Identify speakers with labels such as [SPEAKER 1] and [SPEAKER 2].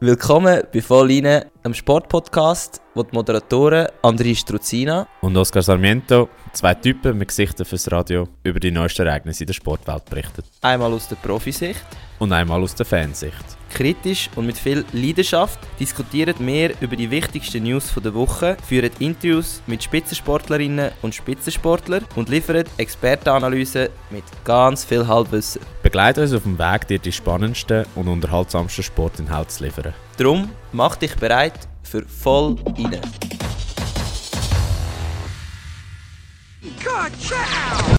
[SPEAKER 1] Willkommen bei Volline, einem Sportpodcast, wo die Moderatoren André Struzina
[SPEAKER 2] Und Oscar Sarmiento, zwei Typen mit Gesichtern fürs Radio, über die neuesten Ereignisse in der Sportwelt berichtet.
[SPEAKER 1] einmal aus der Profisicht,
[SPEAKER 2] Und einmal aus der Fansicht.
[SPEAKER 1] kritisch und mit viel Leidenschaft diskutieren wir über die wichtigsten News von der Woche, führen Interviews mit Spitzensportlerinnen und Spitzensportlern und liefern Expertenanalysen mit ganz viel Halbwissen.
[SPEAKER 2] Begleite uns auf dem Weg, dir die spannendsten und unterhaltsamsten Sportinhalte zu liefern.
[SPEAKER 1] Drum mach dich bereit für voll rein.
[SPEAKER 3] Ka-chow!